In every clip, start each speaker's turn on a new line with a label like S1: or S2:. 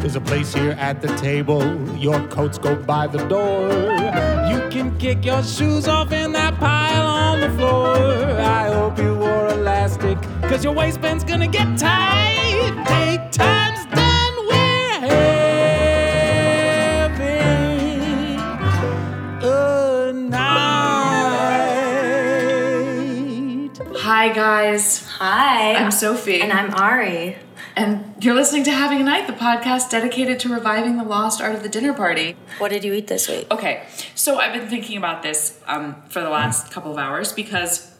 S1: There's a place here at the table. Your coats go by the door. You can kick your shoes off in that pile on the floor. I hope you wore elastic, cause your waistband's gonna get tight. Take time's done, we're having a night.
S2: Hi, guys.
S3: Hi.
S2: I'm Sophie.
S3: And I'm Ari.
S2: And you're listening to Having a Night, the podcast dedicated to reviving the lost art of the dinner party.
S3: What did you eat this week?
S2: Okay, so I've been thinking about this um, for the last couple of hours because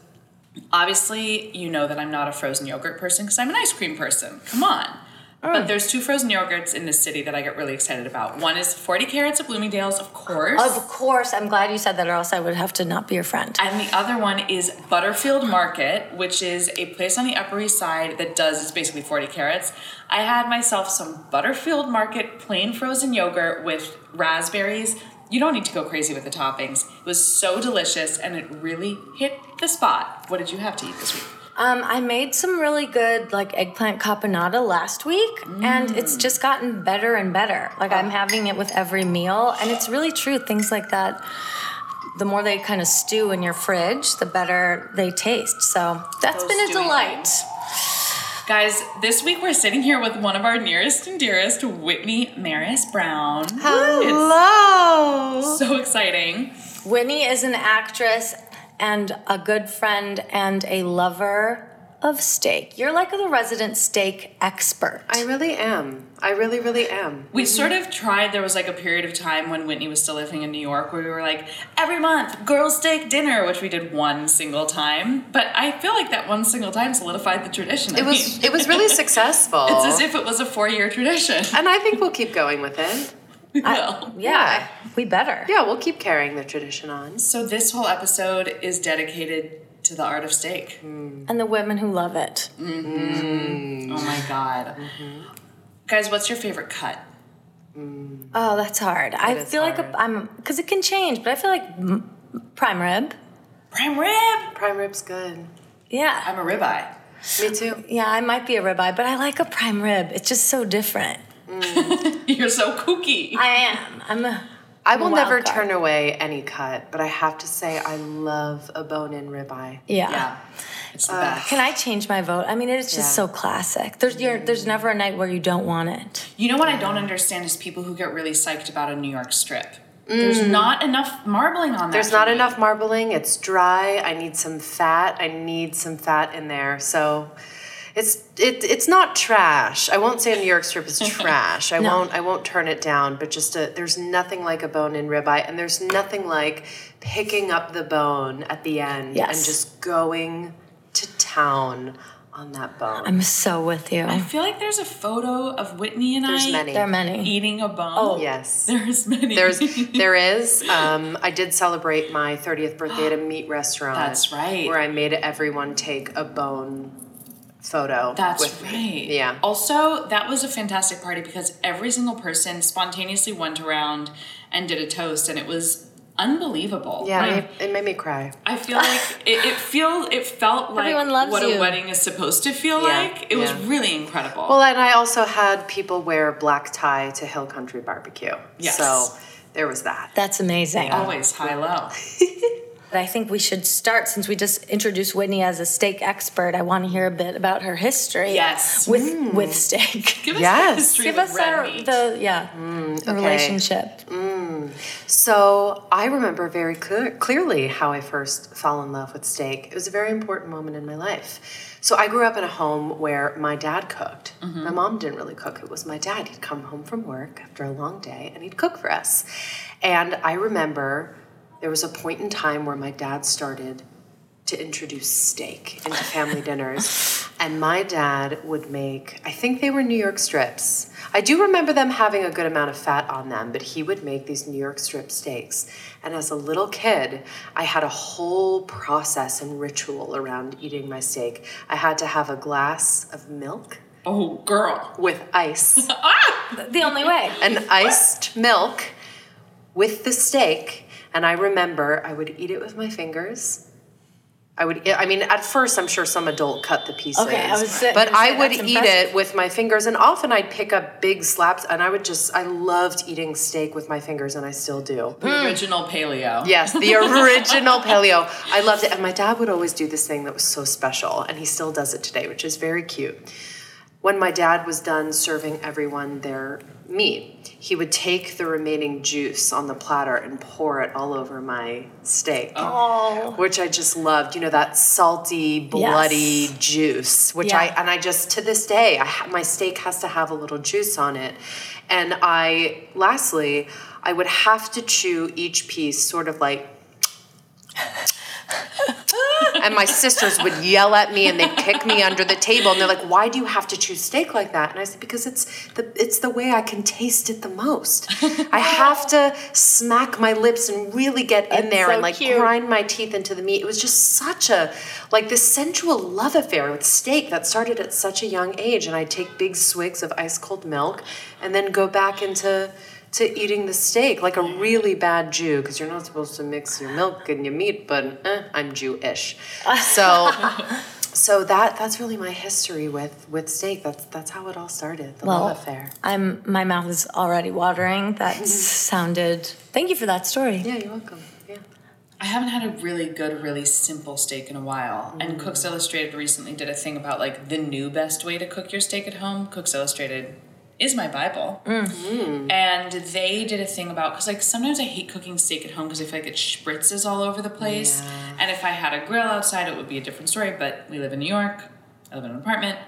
S2: obviously you know that I'm not a frozen yogurt person because I'm an ice cream person. Come on.
S3: Oh.
S2: But there's two frozen yogurts in this city that I get really excited about. One is 40 carats of Bloomingdale's, of course.
S3: Of course, I'm glad you said that, or else I would have to not be your friend.
S2: And the other one is Butterfield Market, which is a place on the Upper East Side that does is basically 40 carats. I had myself some Butterfield Market plain frozen yogurt with raspberries. You don't need to go crazy with the toppings. It was so delicious and it really hit the spot. What did you have to eat this week?
S3: Um, I made some really good like eggplant caponata last week, and it's just gotten better and better. Like I'm having it with every meal, and it's really true. Things like that, the more they kind of stew in your fridge, the better they taste. So that's
S2: Those
S3: been a
S2: stewy
S3: delight.
S2: things. Guys, this week we're sitting here with one of our nearest and dearest, Whitney Maris Brown.
S3: Hello.
S2: It's so exciting.
S3: Winnie is an actress and a good friend and a lover of steak. You're like the resident steak expert.
S4: I really am. I really, really am.
S2: We sort of tried. There was like a period of time when Whitney was still living in New York where we were like, every month, girls' steak dinner, which we did one single time. But I feel like that one single time solidified the tradition.
S4: It was it was really successful.
S2: It's as if it was a four year tradition.
S4: and I think we'll keep going with it.
S2: well.
S3: yeah, we better.
S4: Yeah, we'll keep carrying the tradition on.
S2: So this whole episode is dedicated to the art of steak.
S3: And the women who love it.
S2: Oh my God. Mm-hmm. Guys, what's your favorite cut?
S3: Oh, that's hard. I
S4: is
S3: feel like
S4: hard.
S3: a, I'm because it can change, but I feel like m- prime rib.
S2: Prime rib.
S4: Prime rib's good.
S3: Yeah,
S2: I'm a ribeye.
S4: Me too.
S3: yeah, I might be a ribeye, but I like a prime rib. It's just so different.
S2: You're so kooky.
S3: I am. I'm a.
S4: I will
S3: Wild
S4: never
S3: card.
S4: turn away any cut, but I have to say I love a bone-in ribeye.
S3: Yeah.
S2: yeah. It's the best.
S3: Can I change my vote? I mean, it is just
S4: Yeah.
S3: so classic. There's you're, there's never a night where you don't want it.
S2: You know what I don't understand is people who get really psyched about a New York strip. There's not enough marbling on that.
S4: Mm. There's
S2: for
S4: not
S2: me.
S4: enough marbling. It's dry. I need some fat. I need some fat in there. So it's it, it's not trash. I won't say a New York strip is trash. I won't I won't turn it down, but just a, there's nothing like a bone-in ribeye and there's nothing like picking up the bone at the end
S3: Yes.
S4: and just going to town on that bone.
S3: I'm so with you.
S2: I feel like there's a photo of Whitney and
S4: There's
S2: I
S4: many.
S3: There are many.
S2: eating a bone. Oh,
S4: Yes.
S2: There's many.
S4: There's there is. Um, I did celebrate my 30th birthday at a meat restaurant.
S2: That's right.
S4: Where I made everyone take a bone photo.
S2: That's
S4: with
S2: right. Oh
S4: me. Yeah.
S2: Also, that was a fantastic party because every single person spontaneously went around and did a toast, and it was unbelievable.
S4: yeah,
S2: Like,
S4: it made, it made me cry.
S2: I feel like it, it feel it felt like
S3: Everyone loves
S2: what
S3: you.
S2: a wedding is supposed to feel
S4: Yeah,
S2: like. It was
S4: yeah.
S2: really incredible.
S4: Well, and I also had people wear black tie to Hill Country Barbecue.
S2: Yes.
S4: So there was that.
S3: That's amazing.
S2: Always high low.
S3: But I think we should start since we just introduced Whitney as a steak expert. I want to hear a bit about her history.
S2: Yes.
S3: With with steak.
S2: Give us
S4: Yes.
S2: the history
S3: Give
S2: with
S3: us
S2: red
S3: our
S2: meat.
S3: the yeah relationship.
S4: So I remember very clear, clearly how I first fell in love with steak. It was a very important moment in my life. So I grew up in a home where my dad cooked. My mom didn't really cook, it was my dad. He'd come home from work after a long day and he'd cook for us. And I remember there was a point in time where my dad started to introduce steak into family dinners. And my dad would make, I think they were New York strips. I do remember them having a good amount of fat on them, but he would make these New York strip steaks. And as a little kid, I had a whole process and ritual around eating my steak. I had to have a glass of milk
S2: Oh, girl. Ah!
S4: with ice,
S3: The only way.
S4: an iced milk with the steak. And I remember I would eat it with my fingers I would. I mean, at first, I'm sure some adult cut the pieces.
S3: Okay, I was saying-
S4: but
S3: I
S4: I
S3: was
S4: would
S3: saying,
S4: eat
S3: that's
S4: it with my fingers, and often I'd pick up big slabs, and I would just. I loved eating steak with my fingers, and I still do.
S2: The original paleo.
S4: Yes, the original paleo. I loved it. And my dad would always do this thing that was so special, and he still does it today, which is very cute. When my dad was done serving everyone their meat, he would take the remaining juice on the platter and pour it all over my steak,
S3: Oh.
S4: which I just loved. You know that salty, bloody
S3: Yes.
S4: juice, which
S3: Yeah.
S4: I and I just to this day, I ha- my steak has to have a little juice on it, and I lastly, I would have to chew each piece sort of like. and my sisters would yell at me and they'd kick me under the table and they're like why do you have to chew steak like that and i said because it's the it's the way i can taste it the most i have to smack my lips and really get in there
S3: so
S4: and like
S3: cute.
S4: grind my teeth into the meat. It was just such a like this sensual love affair with steak that started at such a young age. And I take big swigs of ice cold milk and then go back into to eating the steak like a really bad Jew because you're not supposed to mix your milk and your meat. But eh, I'm Jewish, so. So that that's really my history with with steak. That's that's how it all started. The
S3: Well,
S4: love affair.
S3: I'm my mouth is already watering. That sounded. Thank you for that story.
S4: Yeah, you're welcome. Yeah.
S2: I haven't had a really good, really simple steak in a while. And Cooks Illustrated recently did a thing about like the new best way to cook your steak at home. Cooks Illustrated is my Bible. And they did a thing about because like sometimes I hate cooking steak at home because I feel like it spritzes all over the place. And if I had a grill outside, it would be a different story. But we live in New York. I live in an apartment.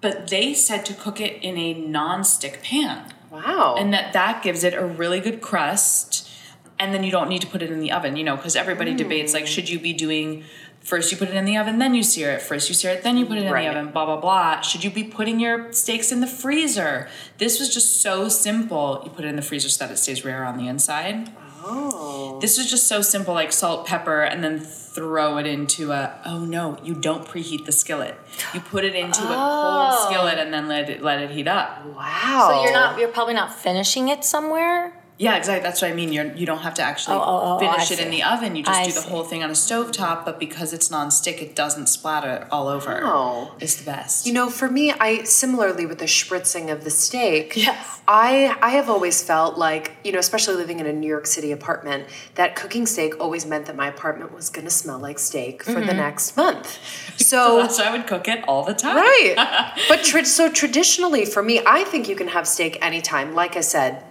S2: But they said to cook it in a non-stick pan
S4: Wow.
S2: and that that gives it a really good crust and then you don't need to put it in the oven you know because everybody debates like should you be doing first you put it in the oven then you sear it first you sear it then you put it in
S4: Right.
S2: the oven blah blah blah should you be putting your steaks in the freezer this was just so simple you put it in the freezer so that it stays rare on the inside
S4: oh.
S2: this is just so simple like salt pepper and then throw it into a oh no you don't preheat the skillet you put it into a cold skillet and then let it let it heat up
S4: Wow.
S3: So you're not. You're probably not finishing it somewhere.
S2: Yeah, exactly. That's what I mean. You're you don't have to actually
S3: Oh, oh, oh,
S2: finish
S3: I
S2: it in
S3: see.
S2: the oven. You just
S3: I
S2: do the
S3: see.
S2: whole thing on a stovetop, but because it's nonstick, it doesn't splatter all over.
S4: Wow.
S2: It's the best.
S4: You know, for me, I similarly with the spritzing of the steak.
S3: Yes.
S4: I I have always felt like you know, especially living in a New York City apartment, that cooking steak always meant that my apartment was going to smell like steak for the next month.
S2: so
S4: So.
S2: Mm-hmm. that's why I would cook it all the time.
S4: Right, but tra- so traditionally for me, I think you can have steak anytime. Like I said,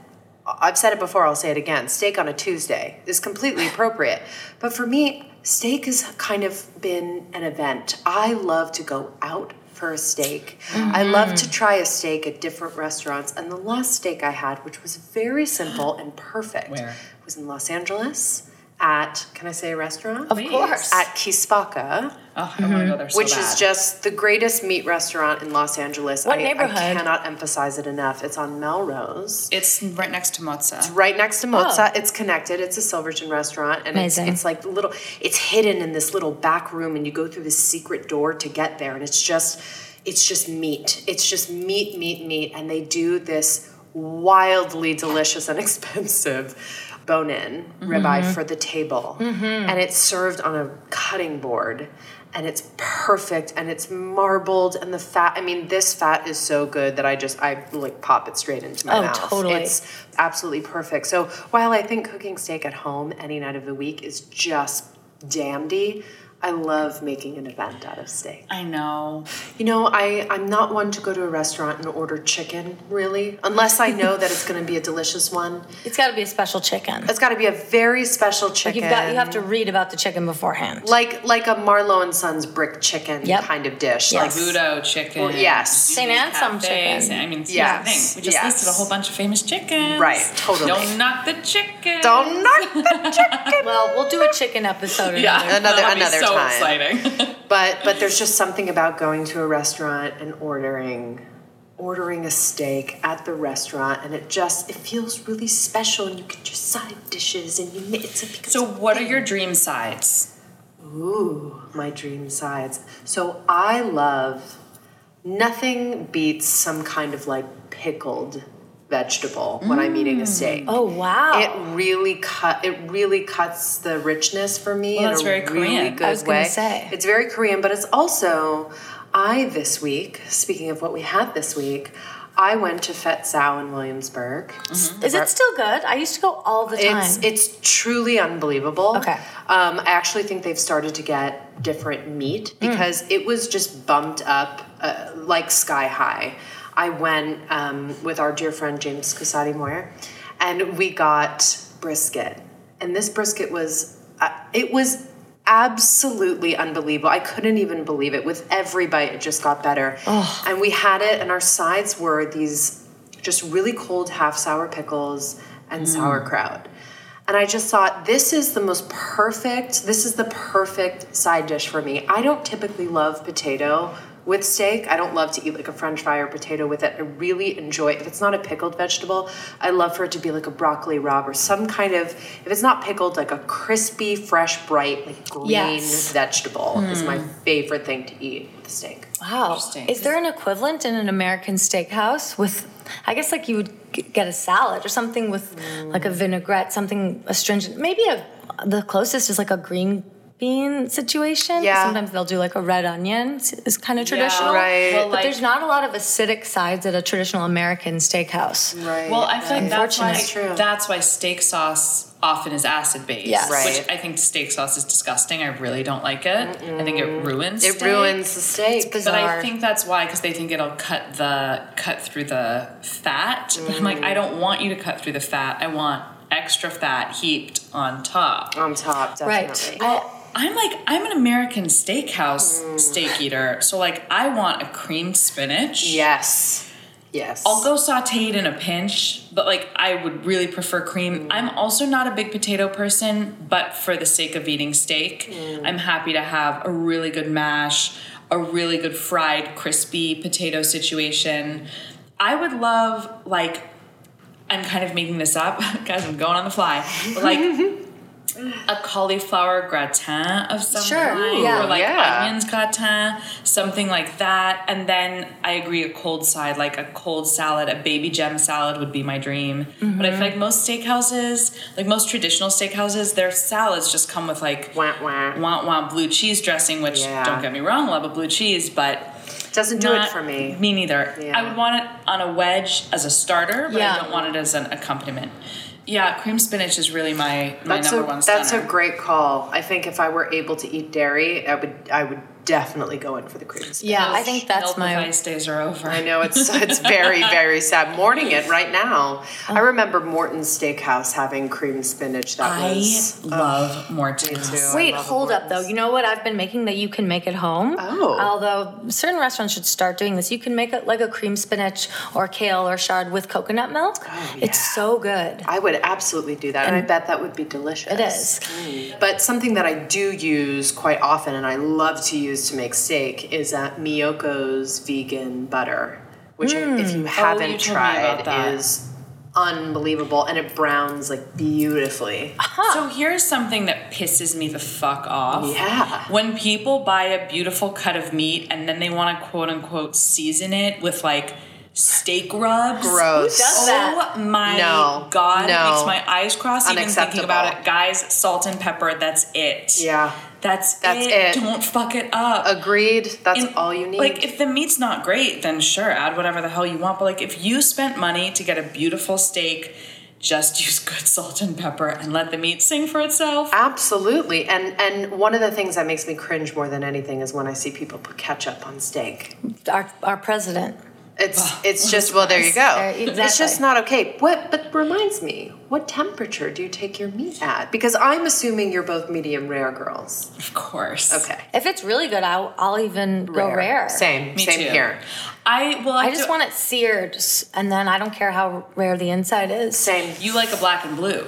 S4: I- I've said it before. I'll say it again. Steak on a Tuesday is completely appropriate. But for me, steak has kind of been an event. I love to go out for a steak. I love
S3: Mm-hmm.
S4: to try a steak at different restaurants. And the last steak I had, which was very simple and perfect,
S2: Where?
S4: was in Los Angeles at can I say a restaurant?
S3: Of course.
S4: At Kispaka
S2: Oh, I want to go there so
S4: which
S2: bad.
S4: is just the greatest meat restaurant in Los Angeles.
S3: What
S4: I, I
S3: neighborhood?
S4: cannot emphasize it enough. It's on Melrose.
S2: it's right next to mozza.
S4: Right next to Mozza, it's connected. It's a Silverton restaurant, and it's,
S3: Amazing.
S4: it's like little. It's hidden in this little back room, and you go through this secret door to get there, and it's just, it's just meat. It's just meat, meat, meat, and they do this wildly delicious and expensive bone-in ribeye for the table, and it's served on a cutting board. And it's perfect, and it's marbled, and the fat. I mean, this fat is so good that I just I like pop it straight into my
S3: Oh,
S4: mouth.
S3: totally.
S4: It's absolutely perfect. So while I think cooking steak at home any night of the week is just dandy, I love making an event out of steak.
S2: I know.
S4: You know, I, I'm not one to go to a restaurant and order chicken, really, unless I know that it's going to be a delicious one.
S3: It's got to be a special chicken.
S4: It's got to be a very special chicken.
S3: You've got. You have to read about the chicken beforehand.
S4: Like, like a Marlowe and Sons brick chicken
S3: Yep.
S4: kind of dish.
S3: Yes.
S4: Like,
S2: Budo chicken.
S4: Well, yes.
S2: Zuni
S3: St. Anselm
S2: cafe,
S3: chicken.
S2: I mean, it's
S4: Yes.
S2: yes. thing. We just
S4: Yes.
S2: listed a whole bunch of famous chickens.
S4: Right, totally.
S2: Don't knock the chicken.
S4: don't knock the chicken.
S3: Well, we'll do a chicken episode.
S2: Yeah.
S4: Another-
S2: That'll be
S4: another
S2: so
S4: time.
S2: exciting.
S4: But but there's just something about going to a restaurant and ordering ordering a steak at the restaurant and it just it feels really special and you get your side dishes and you mi- it's a because
S2: so, what are your dream sides?
S4: ooh my dream sides. So I love nothing beats some kind of like pickled vegetable when I'm eating a steak.
S3: Oh wow!
S4: It really cut. It really cuts the richness for me
S2: Well,
S4: in
S2: that's
S4: a
S2: very
S4: really
S2: Korean.
S4: good
S3: I was gonna
S4: way.
S3: say.
S4: It's very Korean, but it's also I this week. Speaking of what we had this week, I went to Fet Sao in Williamsburg.
S3: Is it still good? I used to go all the time.
S4: Mm-hmm. It's it's truly unbelievable.
S3: Okay.
S4: Um, I actually think they've started to get different meat because it was just bumped up uh, like sky high. I went um, with our dear friend James Casati Moyer, and we got brisket, and this brisket was uh, it was absolutely unbelievable. I couldn't even believe it. With every bite, it just got better. And we had it, and our sides were these just really cold half sour pickles and sauerkraut. And I just thought, this is the most perfect, this is the perfect side dish for me. I don't typically love potato with steak. I don't love to eat like a french fry or potato with it. I really enjoy, if it's not a pickled vegetable, I love for it to be like a broccoli rob or some kind of, if it's not pickled, like a crispy, fresh, bright, like green
S3: Yes.
S4: vegetable is my
S2: Hmm.
S4: favorite thing to eat with steak.
S3: wow.
S2: Interesting.
S3: Is there an equivalent in an American steakhouse with? I guess like you would g- get a salad or something with like a
S4: Mm.
S3: vinaigrette, something astringent. Maybe a, the closest is like a green bean situation.
S4: Yeah.
S3: Sometimes they'll do like a red onion. It's- It's kind of traditional.
S4: Right.
S2: Well,
S3: But
S2: like-
S3: there's not a lot of acidic sides at a traditional American steakhouse.
S4: Right.
S2: Well, I feel like that's why,
S4: Unfortunate. True.
S2: that's why steak sauce often is acid based.
S3: Yes.
S4: Right.
S2: Which I think steak sauce is disgusting. I really don't like it. I think it ruins
S4: it
S2: steak.
S4: ruins the steak.
S3: bizarre.
S2: But I
S3: Bizarre.
S2: think that's why because they think it'll cut the cut through the fat. And I'm like, I don't want you to cut through the fat. I want extra fat heaped on top.
S4: on top, definitely.
S3: Right.
S2: I'm like, I'm an American steakhouse steak eater, so like, I want a creamed spinach.
S4: Yes. Yes.
S2: I'll go sauteed in a pinch, but like I would really prefer cream.
S3: Mm.
S2: I'm also not a big potato person, but for the sake of eating steak,
S3: Mm.
S2: I'm happy to have a really good mash, a really good fried, crispy potato situation. I would love, like, I'm kind of making this up, guys, I'm going on the fly, but like a cauliflower gratin of some
S3: Sure,
S2: kind,
S3: yeah.
S2: or like
S4: Yeah.
S2: onions gratin, something like that. And then I agree, a cold side, like a cold salad, a baby gem salad would be my dream. But I feel like most steakhouses, like most traditional steakhouses, their salads just come with like
S4: Wah, wah.
S2: wah, wah, blue cheese dressing, which
S4: Yeah.
S2: don't get me wrong, love a blue cheese, but
S4: Doesn't do
S2: not-
S4: it for me.
S2: Me neither.
S4: Yeah.
S2: I would want it on a wedge as a starter, but I
S3: Yeah.
S2: don't want it as an accompaniment. Yeah, cream spinach is really my, my
S4: That's a
S2: number one stunner.
S4: that's a great call. I think if I were able to eat dairy, I would I would definitely go in for the cream spinach.
S3: Yeah, I
S2: Those
S3: think that's
S2: milk
S3: my.
S2: with ice days are over.
S4: I know it's it's very very sad. Mourning it right now.
S2: Oh.
S4: I remember Morton's Steakhouse having cream spinach. That
S2: I
S4: was um,
S2: love Morton's.
S4: too.
S3: Wait, hold up though. You know what I've been making that you can make at home?
S4: Oh.
S3: Although certain restaurants should start doing this. You can make it like a cream spinach or kale or shard with coconut milk.
S4: Oh,
S3: It's so good.
S4: I would absolutely do that, and, I bet that would be delicious. Mm.
S3: It is.
S4: But something that I do use quite often and I love to use to make steak is uh, Miyoko's vegan butter, which I- if you
S2: Mm. Oh, you told
S4: haven't
S2: me about
S4: tried
S2: that.
S4: is unbelievable and it browns like beautifully.
S2: So here's something that pisses me the fuck off.
S4: Yeah.
S2: When people buy a beautiful cut of meat and then they want to quote unquote season it with like steak rubs.
S4: Gross.
S3: does that?
S2: Oh my
S4: No.
S2: god!
S4: No.
S2: It makes my eyes cross even thinking
S4: Unacceptable.
S2: about it. Guys, salt and pepper. That's it.
S4: Yeah.
S2: That's
S4: That's it.
S2: it. Don't fuck it up.
S4: Agreed. That's
S2: And,
S4: all you need.
S2: Like, if the meat's not great, then sure, add whatever the hell you want. But like, if you spent money to get a beautiful steak, just use good salt and pepper and let the meat sing for itself.
S4: Absolutely. And and one of the things that makes me cringe more than anything is when I see people put ketchup on steak.
S3: Our, our president.
S4: It's it's just well there you go.
S3: There-
S4: It's just
S3: exactly.
S4: not okay. What but reminds me, what temperature do you take your meat at? Because I'm assuming you're both medium rare girls.
S2: Of course.
S4: Okay.
S3: If it's really good, I'll, I'll even go rare.
S4: Same.
S2: Me
S4: same
S2: too.
S4: here.
S2: I well, I,
S3: I just
S2: do-
S3: want it seared, s- and then I don't care how rare the inside is.
S4: Same.
S2: You like a black and blue,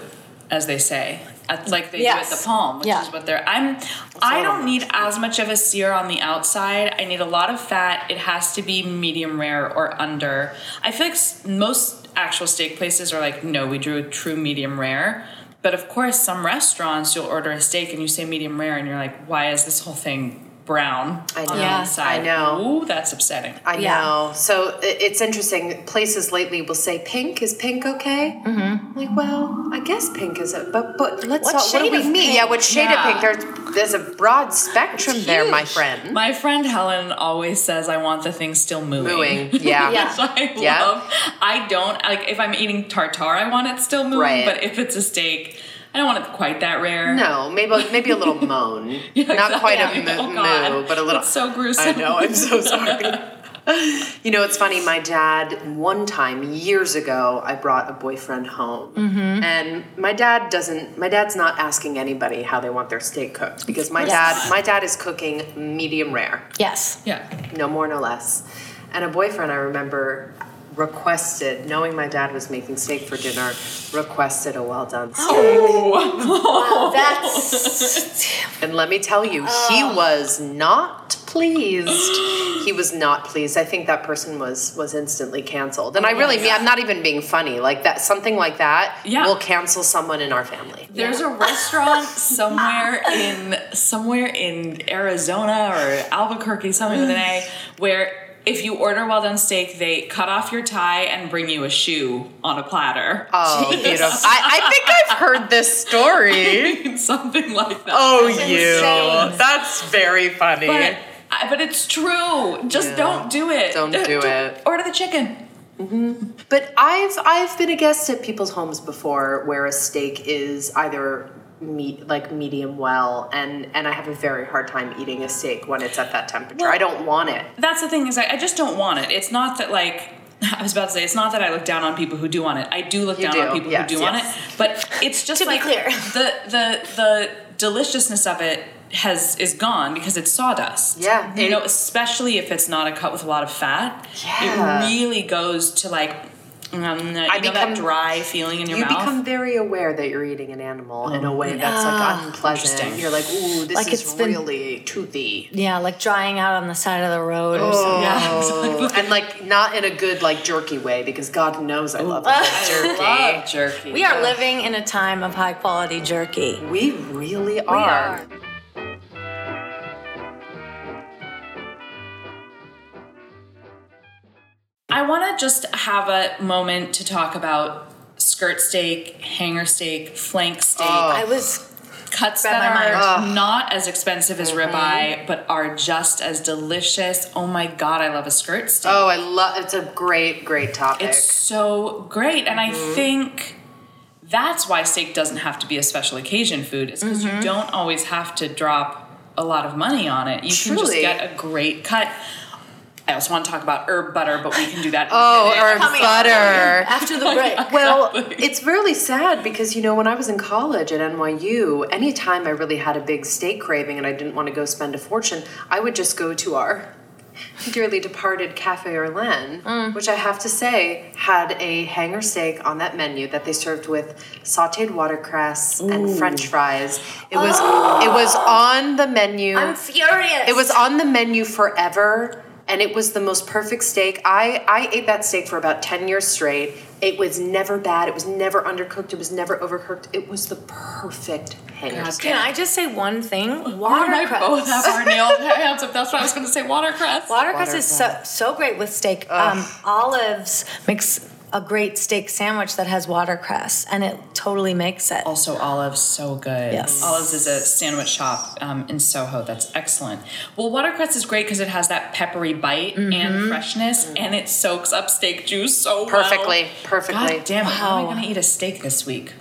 S2: as they say. At- Like they do at
S3: Yes.
S2: the palm, which
S3: Yeah.
S2: is what they're. I'm. I
S4: all
S2: don't
S4: about
S2: need as much of a sear on the outside. I need a lot of fat. It has to be medium rare or under. I feel like s- most actual steak places are like, no, we do a true medium rare. But of course, some restaurants you'll order a steak and you say medium rare, and you're like, why is this whole thing brown
S4: I
S2: on
S4: know.
S2: the
S3: Yeah,
S2: inside.
S4: I know.
S2: Ooh, that's upsetting.
S4: I
S3: Yeah.
S4: know. So i- it's interesting. Places lately will say pink is pink okay. Mm-hmm. Like, well, I guess pink is it, but but let's
S3: What
S4: not.
S3: shade
S4: what do we
S3: of
S4: mean?
S3: pink?
S4: Yeah, what shade
S2: Yeah.
S4: of pink? There's there's a broad spectrum there, my friend.
S2: My friend Helen always says, I want the thing still moving.
S4: Mooing. Yeah.
S3: Yeah.
S2: So I
S4: Yeah.
S2: love. I don't like if I'm eating tartare, I want it still moving.
S4: Right.
S2: But if it's a steak, I don't want it quite that rare.
S4: No, maybe maybe a little moan.
S2: Yeah,
S4: Not quite
S2: exactly.
S4: a moo,
S2: Oh, God.
S4: moo, but a little.
S2: That's so gruesome.
S4: I know. I'm so sorry. you know, it's funny. My dad, one time years ago, I brought a boyfriend home,
S2: Mm-hmm.
S4: and my dad doesn't. My dad's not asking anybody how they want their steak cooked because my
S3: course
S4: dad,
S3: not.
S4: my dad is cooking medium rare
S3: Yes.
S2: Yeah.
S4: no more, no less. And a boyfriend I remember requested, knowing my dad was making steak for dinner, requested a well done steak. Oh.
S3: That's
S4: And let me tell you, he was not pleased. he was not pleased. I think that person was was instantly canceled. And I really mean I'm not even being funny. Like that something like that
S2: Yeah.
S4: will cancel someone in our family.
S2: There's a restaurant somewhere in somewhere in Arizona or Albuquerque, something with an A, where if you order well done steak, they cut off your tie and bring you a shoe on a platter.
S4: Oh, beautiful. I, I think I've heard this story.
S2: something like that.
S4: Oh,
S3: That's
S4: you.
S3: insane.
S4: That's very funny.
S2: But, I- but it's true. Just
S4: Yeah.
S2: don't do it. Uh,
S4: Don't do it.
S2: Order the chicken.
S4: But I've I've been a guest at people's homes before where a steak is either meat like medium well and and I have a very hard time eating a steak when it's at that temperature. I don't want it.
S2: That's the thing is I, I just don't want it. It's not that like I was about to say it's not that I look down on people who do want it. I do look
S4: You
S2: down
S4: do,
S2: on people
S4: yes,
S2: who do want it,
S4: yes.
S2: but it's just
S3: To be
S2: like
S3: clear.
S2: the the the deliciousness of it has is gone because it's sawdust.
S4: Yeah.
S2: you know, especially if it's not a cut with a lot of fat.
S4: Yeah.
S2: it really goes to like. Um, you know
S4: become-
S2: that dry feeling in your
S4: You
S2: mouth.
S4: become very aware that you're eating an animal in a way that's like unpleasant.
S2: Interesting.
S4: You're like, ooh, this
S3: Like
S4: is
S3: it's been-
S4: really toothy.
S3: yeah, like drying out on the side of the road or something.
S2: yeah, exactly.
S4: Oh, and like not in a good like jerky way because God knows I love jerky.
S2: I love jerky.
S3: We are living in a time of high quality jerky.
S4: We really
S3: We
S4: are.
S2: I want to just have a moment to talk about skirt steak, hanger steak, flank steak,
S4: Oh,
S3: I was
S2: cuts
S3: Read
S2: that
S3: my
S2: are
S3: mind.
S2: not as expensive as
S4: Mm-hmm.
S2: ribeye, but are just as delicious. Oh my god, I love a skirt steak.
S4: Oh, I love it's a great, great topic.
S2: It's so great, and
S4: Mm-hmm.
S2: I think that's why steak doesn't have to be a special occasion food. Is because
S4: Mm-hmm.
S2: you don't always have to drop a lot of money on it. You can just
S4: Truly.
S2: get a great cut. I also want to talk about herb butter, but we can do that. in a
S4: Oh,
S2: minute.
S4: herb
S3: Coming up.
S4: butter.
S3: after the break.
S4: Well, it's really sad because you know when I was in college at NYU, anytime I really had a big steak craving and I didn't want to go spend a fortune, I would just go to our dearly departed Cafe Orlen, which I have to say had a hanger steak on that menu that they served with sautéed watercress and French fries. It was it was on the menu.
S3: I'm furious.
S4: It was on the menu forever, and it was the most perfect steak. I, I ate that steak for about 10 years straight. It was never bad. It was never undercooked. It was never overcooked. It was the perfect hanger
S2: God
S4: steak.
S3: Can I just say one thing?
S2: Why did I both have
S3: Watercress.
S2: our nailed hands up? That's what I was going to say. Watercress.
S3: Watercress is so so great with steak. Um, olives makes a great steak sandwich that has watercress, and it totally makes it.
S2: Also, Olives, so good.
S3: Yes.
S2: Olives is a sandwich shop um, in Soho that's excellent. Well, watercress is great because it has that peppery bite and freshness,
S3: Mm-hmm.
S2: and it soaks up steak juice so well.
S4: Perfectly, perfectly.
S2: God damn it! How am I
S3: Wow.
S2: going to eat a steak this week?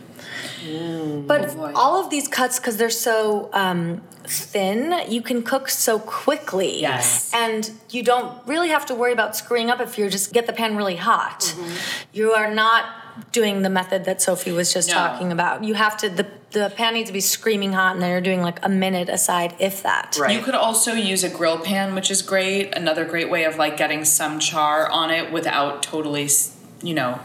S2: Oh,
S3: But all of these cuts, because they're so um, thin, you can cook so quickly.
S2: Yes.
S3: And you don't really have to worry about screwing up if you just get the pan really hot.
S2: Mm-hmm.
S3: You are not doing the method that Sophie was just
S2: No.
S3: talking about. You have to, the, the pan needs to be screaming hot, and then you're doing like a minute aside, if that.
S4: Right.
S2: You could also use a grill pan, which is great. Another great way of like getting some char on it without totally, s- you know,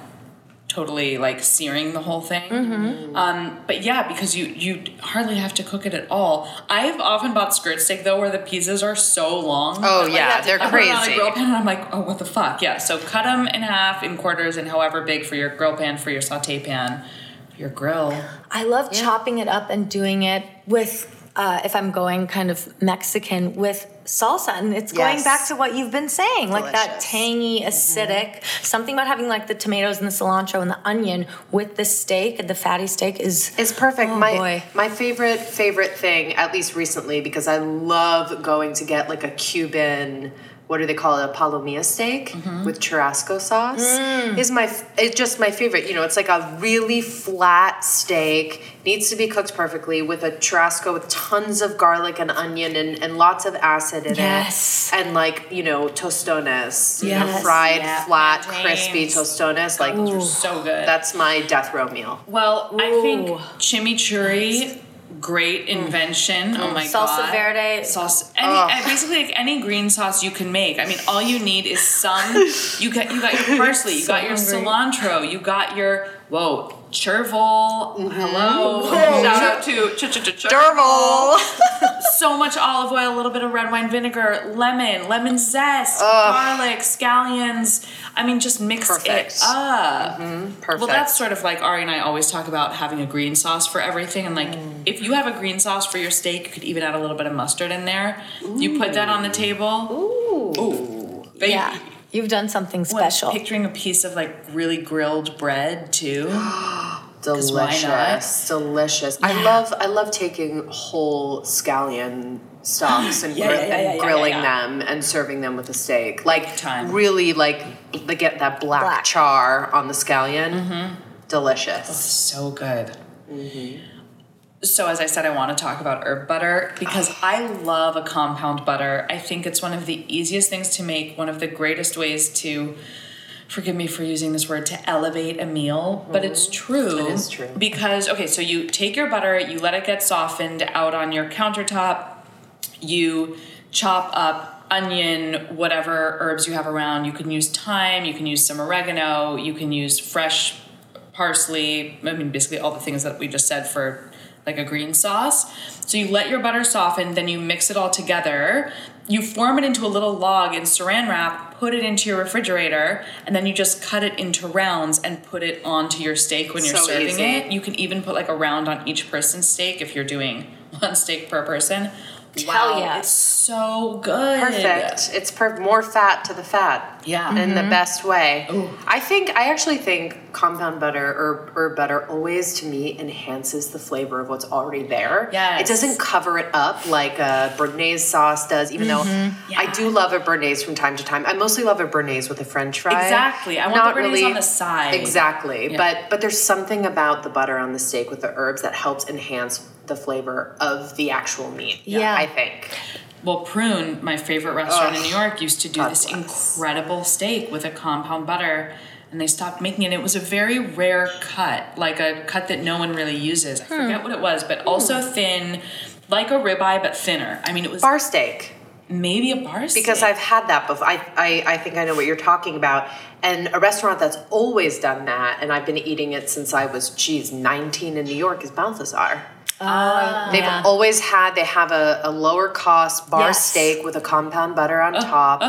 S2: totally like searing the whole thing.
S4: Mm-hmm.
S2: Um, but yeah, because you you hardly have to cook it at all. I have often bought skirt steak though, where the pieces are so long. that,
S4: Oh,
S2: like,
S4: yeah, they're
S2: I put it on a
S4: crazy.
S2: grill pan, and I'm like, oh, what the fuck? Yeah. So cut them in half, in quarters, and however big for your grill pan, for your saute pan, for your grill.
S3: I love chopping it up and doing it with uh, if I'm going kind of Mexican with salsa. And it's going
S4: Yes.
S3: back to what you've been saying, like that
S4: Delicious.
S3: tangy,
S2: Mm-hmm.
S3: acidic. Something about having like the tomatoes and the cilantro and the onion with the steak and the fatty steak is
S4: It's perfect.
S3: Oh,
S4: my
S3: boy.
S4: my favorite favorite thing, at least recently, because I love going to get like a Cuban. What do they call it? A palomilla steak
S3: Mm-hmm.
S4: with churrasco sauce
S3: Mm.
S4: is my. f- It's just my favorite. You know, it's like a really flat steak. Needs to be cooked perfectly with a churrasco with tons of garlic and onion and, and lots of acid in
S3: Yes.
S4: it. And like you know tostones, you know,
S3: Yes.
S4: fried,
S2: Yeah,
S4: flat,
S2: plantains.
S4: crispy tostones. Like
S2: Those are so good.
S4: that's my death row meal.
S2: well, I think
S3: Ooh. Mm.
S2: chimichurri, great invention. Oh my
S3: Salsa
S2: god,
S3: verde.
S2: sauce. Any uh, basically like any green sauce you can make. I mean, all you need is some. you got you got your parsley, you
S3: So
S2: got your
S3: hungry.
S2: cilantro, you got your whoa chervil.
S3: Mm-hmm.
S2: Hello, shout out to ch- ch- ch-
S4: Dermal.
S2: so much olive oil, a little bit of red wine vinegar, lemon, lemon zest, garlic, scallions. I mean, just mix
S4: Perfect.
S2: it up.
S4: Perfect.
S2: Well, that's sort of like Ari and I always talk about having a green sauce for everything. And like,
S3: Mm.
S2: if you have a green sauce for your steak, you could even add a little bit of mustard in there. You put that on the table.
S4: Ooh.
S2: Baby.
S3: yeah. You've done something
S2: When
S3: special.
S2: Picturing a piece of like really grilled bread too. why not?
S4: delicious, delicious. I love, I love taking whole scallion stalks and
S2: Yeah,
S4: gri-
S2: yeah, yeah,
S4: and
S2: yeah,
S4: grilling
S2: yeah, yeah.
S4: them and serving them with a steak. Like
S2: Time.
S4: really, like they get that black,
S3: Black.
S4: char on the scallion.
S2: Mm-hmm.
S4: Delicious.
S2: so good.
S4: Mm-hmm.
S2: So, as I said, I want to talk about herb butter because
S4: Oh.
S2: I love a compound butter. I think it's one of the easiest things to make, one of the greatest ways to, forgive me for using this word, to elevate a meal, but it's true. It
S4: Mm-hmm. is true.
S2: Because, okay, so you take your butter, you let it get softened out on your countertop, you chop up onion, whatever herbs you have around. You can use thyme, you can use some oregano, you can use fresh parsley, I mean, basically all the things that we just said for like a green sauce. So you let your butter soften, then you mix it all together. You form it into a little log in saran wrap, put it into your refrigerator, and then you just cut it into rounds and put it onto your steak when you're
S4: So
S2: serving
S4: easy.
S2: it. You can even put like a round on each person's steak if you're doing one steak per person.
S3: Hell yeah.
S2: It's so good.
S4: Perfect. It's per- more fat to the fat.
S2: Yeah. Mm-hmm.
S4: In the best way. I think I actually think compound butter or herb butter always to me enhances the flavor of what's already there.
S2: Yes.
S4: It doesn't cover it up like a Bernaise sauce does, even
S2: Mm-hmm.
S4: though I do love a Bernaise from time to time. I mostly love a Bernaise with a French fry.
S2: Exactly. I want the Bernaise on the side.
S4: Exactly.
S2: Yeah.
S4: But but there's something about the butter on the steak with the herbs that helps enhance the flavor of the actual meat.
S3: Yeah.
S4: I think.
S2: Well, Prune, my favorite restaurant in New York, used to do
S4: God
S2: this
S4: bless.
S2: incredible steak with a compound butter, and they stopped making it. It was a very rare cut, like a cut that no one really uses. I forget
S4: Hmm.
S2: what it was, but also thin, like a ribeye but thinner. I mean, it was
S4: Bar steak.
S2: maybe a bar steak.
S4: because I've had that before. I, I, I think I know what you're talking about. And a restaurant that's always done that, and I've been eating it since I was, geez, 19 in New York, is Balthazar. They've always had, they have a, a lower cost bar
S3: Yes.
S4: steak with a compound butter on top.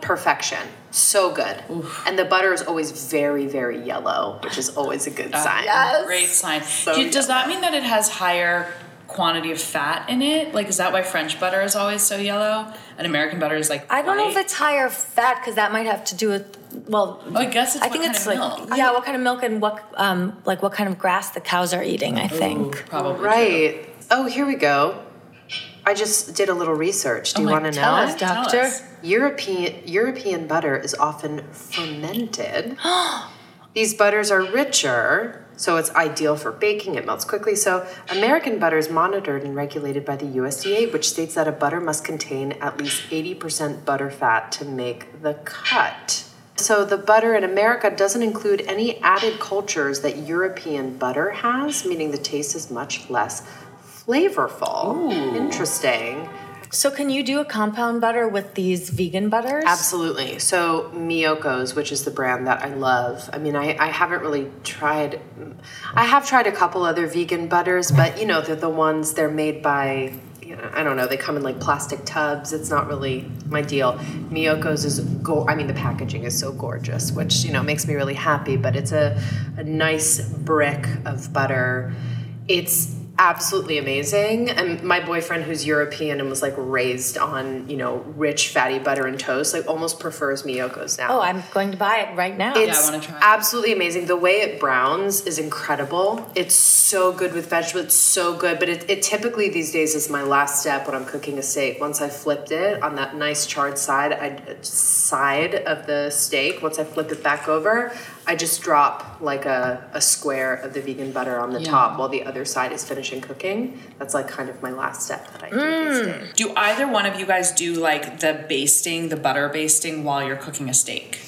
S4: Perfection. So good. And the butter is always very, very yellow, which is always a good sign.
S3: yes.
S2: great sign. Do- does that mean that it has higher quantity of fat in it? Like, is that why French butter is always so yellow and American butter is like?
S3: I don't know if
S2: white?
S3: it's higher fat because that might have to do with well.
S2: Oh, I guess it's
S3: I
S2: what
S3: think
S2: kind
S3: it's
S2: of
S3: like
S2: milk.
S3: yeah, what kind of milk and what um like what kind of grass the cows are eating. I think.
S2: Probably
S4: Right. Oh, here we go. I just did a little research. Do
S2: true.
S4: you
S2: I'm like,
S4: want to know?
S2: tell us, tell
S3: doctor?
S2: us.
S4: European European butter is often fermented. These butters are richer, so it's ideal for baking. It melts quickly. So American butter is monitored and regulated by the USDA, which states that a butter must contain at least 80% butter fat to make the cut. So the butter in America doesn't include any added cultures that European butter has, meaning the taste is much less flavorful. Interesting.
S3: So can you do a compound butter with these vegan butters?
S4: Absolutely. So Miyoko's, which is the brand that I love. I mean, I, I haven't really tried. I have tried a couple other vegan butters, but you know, they're the ones they're made by. You know, I don't know. They come in like plastic tubs. It's not really my deal. Miyoko's is go. I mean, the packaging is so gorgeous, which you know makes me really happy. But it's a, a nice brick of butter. It's absolutely amazing. And my boyfriend, who's European and was like raised on, you know, rich, fatty butter and toast, like almost prefers Miyoko's now.
S3: Oh, I'm going to buy it right now.
S2: I
S4: It's
S2: wanna try it.
S4: absolutely amazing. The way it browns is incredible. It's so good with vegetables. It's so good, but it, it typically these days is my last step when I'm cooking a steak. Once I flipped it on that nice charred side I, side of the steak, once I flip it back over, I just drop like a, a square of the vegan butter on the
S2: Yeah.
S4: top while the other side is finishing cooking. That's like kind of my last step that I do these days.
S2: Do either one of you guys do like the basting, the butter basting while you're cooking a steak?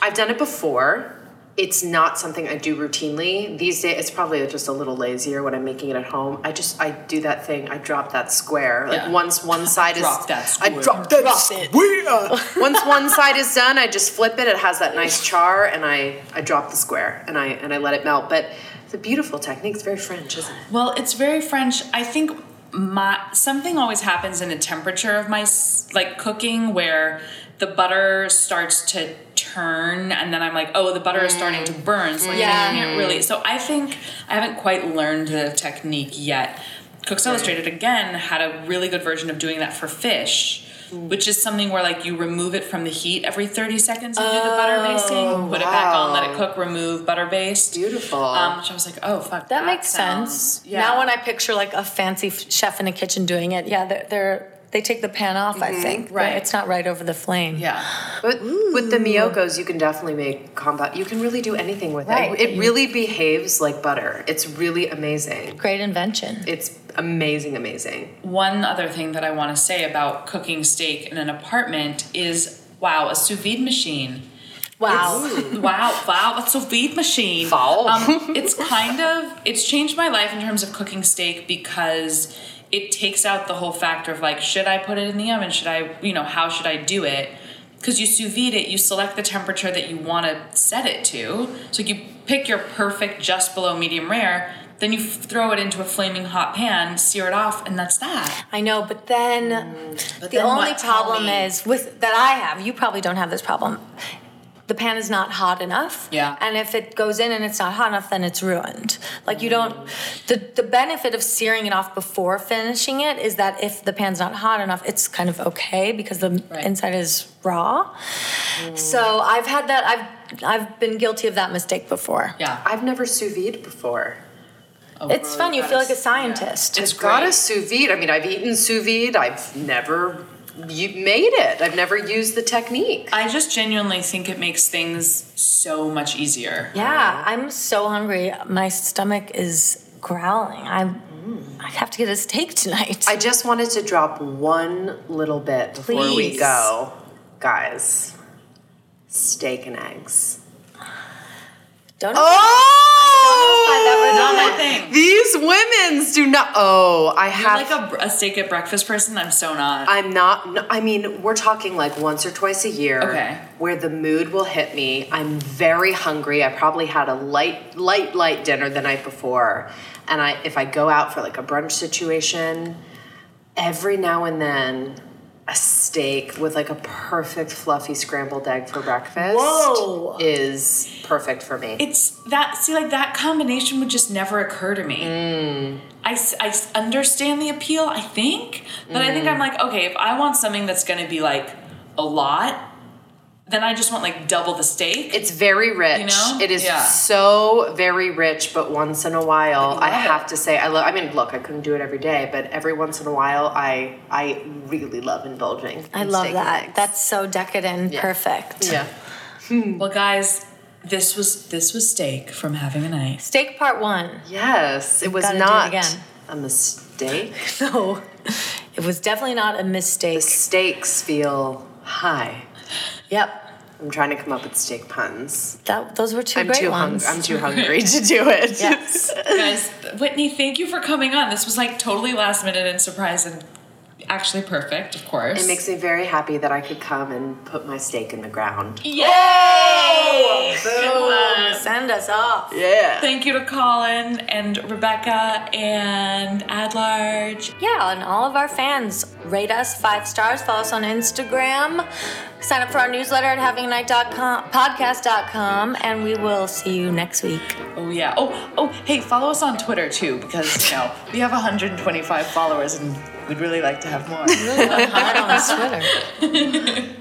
S4: I've done it before. It's not something I do routinely. These days, it's probably just a little lazier when I'm making it at home. I just I do that thing. I drop that square. Like
S2: Yeah.
S4: once one side is
S2: Drop that
S4: I
S2: square.
S4: drop that square. once one side is done, I just flip it. It has that nice char, and I I drop the square and I and I let it melt. But it's a beautiful technique. It's very French, isn't it?
S2: Well, it's very French. I think my something always happens in the temperature of my s- like cooking where the butter starts to turn and then I'm like, "Oh, the butter is starting
S4: Mm.
S2: to burn." So like,
S3: Yeah.
S2: I can't really. So I think I haven't quite learned the technique yet. Cooks Illustrated again had a really good version of doing that for fish.
S4: Mm.
S2: Which is something where like you remove it from the heat every thirty seconds and do the butter basting, put it back on, let it
S4: Oh, wow.
S2: cook, remove butter based.
S4: Beautiful.
S2: Um, which I was like, oh fuck,
S3: That makes
S2: sounds-
S3: sense. Now when I picture like a fancy f- chef in a kitchen doing it, yeah, they're, they're they take the pan off. I think They're-
S2: Right.
S3: It's not right over the flame.
S2: Yeah.
S4: But with the miyokos, you can definitely make combat. You can really do anything with
S3: Right.
S4: it. It really behaves like butter. It's really amazing.
S3: Great invention.
S4: It's amazing, amazing.
S2: One other thing that I want to say about cooking steak in an apartment is wow, a sous vide machine.
S3: Wow.
S2: wow, wow, a sous vide machine.
S4: Wow.
S2: Um, it's kind of it's changed my life in terms of cooking steak because it takes out the whole factor of like, should I put it in the oven? Should I, you know, how should I do it? Because you sous vide it, you select the temperature that you want to set it to. So you pick your perfect just below medium rare. Then you f- throw it into a flaming hot pan, sear it off, and that's that.
S3: I know, but then the
S2: Mm, then
S3: only
S2: what? Tell
S3: problem
S2: me.
S3: is with that I have. You probably don't have this problem. The pan is not hot enough.
S2: Yeah.
S3: And if it goes in and it's not hot enough, then it's ruined. Like you don't. The the benefit of searing it off before finishing it is that if the pan's not hot enough, it's kind of okay because the
S2: Right.
S3: inside is raw. So I've had that. I've I've been guilty of that mistake before.
S2: Yeah.
S4: I've never sous vide before.
S3: It's fun. You feel like a scientist.
S2: It's
S4: I've got
S2: great.
S4: a sous vide. I mean, I've eaten sous vide. I've never u- made it. I've never used the technique.
S2: I just genuinely think it makes things so much easier.
S4: Uh-huh.
S3: Yeah, I'm so hungry. My stomach is growling. I I have to get a steak tonight.
S4: I just wanted to drop one little bit before we
S3: Please.
S4: go, guys. Steak and eggs.
S3: don't
S4: Oh!
S2: Not my thing.
S4: These women's do not. Oh, I
S2: You're
S4: have.
S2: like a, a steak at breakfast person. I'm so not.
S4: I'm not. No, I mean, we're talking like once or twice a year,
S2: Okay.
S4: where the mood will hit me. I'm very hungry. I probably had a light, light, light dinner the night before, and I if I go out for like a brunch situation, every now and then, a steak with like a perfect fluffy scrambled egg for breakfast
S3: Whoa.
S4: is perfect for me.
S2: it's that see like that combination would just never occur to me. I, s- I s- understand the appeal, I think, but I think I'm like okay, if I want something that's going to be like a lot, then I just want like double the steak.
S4: It's very rich.
S2: You know?
S4: It is
S2: Yeah.
S4: so very rich, but once in a while, I,
S2: love
S4: have
S2: it.
S4: to say, I love. I mean, look, I couldn't do it every day, but every once in a while, I I really love indulging.
S3: I
S4: in
S3: love
S4: steak and
S3: that.
S4: eggs.
S3: That's so decadent.
S4: Yeah.
S3: Perfect.
S4: yeah.
S2: well, guys, this was this was steak from having a nice.
S3: Steak part one.
S4: Yes, it was
S3: Gotta do it
S4: not
S3: again.
S4: a mistake.
S3: No, it was definitely not a mistake.
S4: The stakes feel high.
S3: Yep.
S4: I'm trying to come up with steak puns.
S3: That, those were 2
S4: I'm
S3: great
S4: too
S3: ones.
S4: hungry. I'm too hungry to do it.
S3: Yes.
S2: guys, Whitney, thank you for coming on. This was like totally last minute and surprise and actually perfect, of course.
S4: It makes me very happy that I could come and put my steak in the ground.
S2: Yay! Yay! Good one.
S3: Send us off.
S4: Yeah.
S2: Thank you to Colin and Rebecca and Adlarge.
S3: Yeah, and all of our fans rate us five stars, follow us on Instagram, sign up for our newsletter at havingnight.com, podcast.com, and we will see you next week.
S2: Oh yeah. Oh oh. Hey, follow us on Twitter too because you know we have 125 followers and we'd really like to have more.
S3: I don't on Twitter.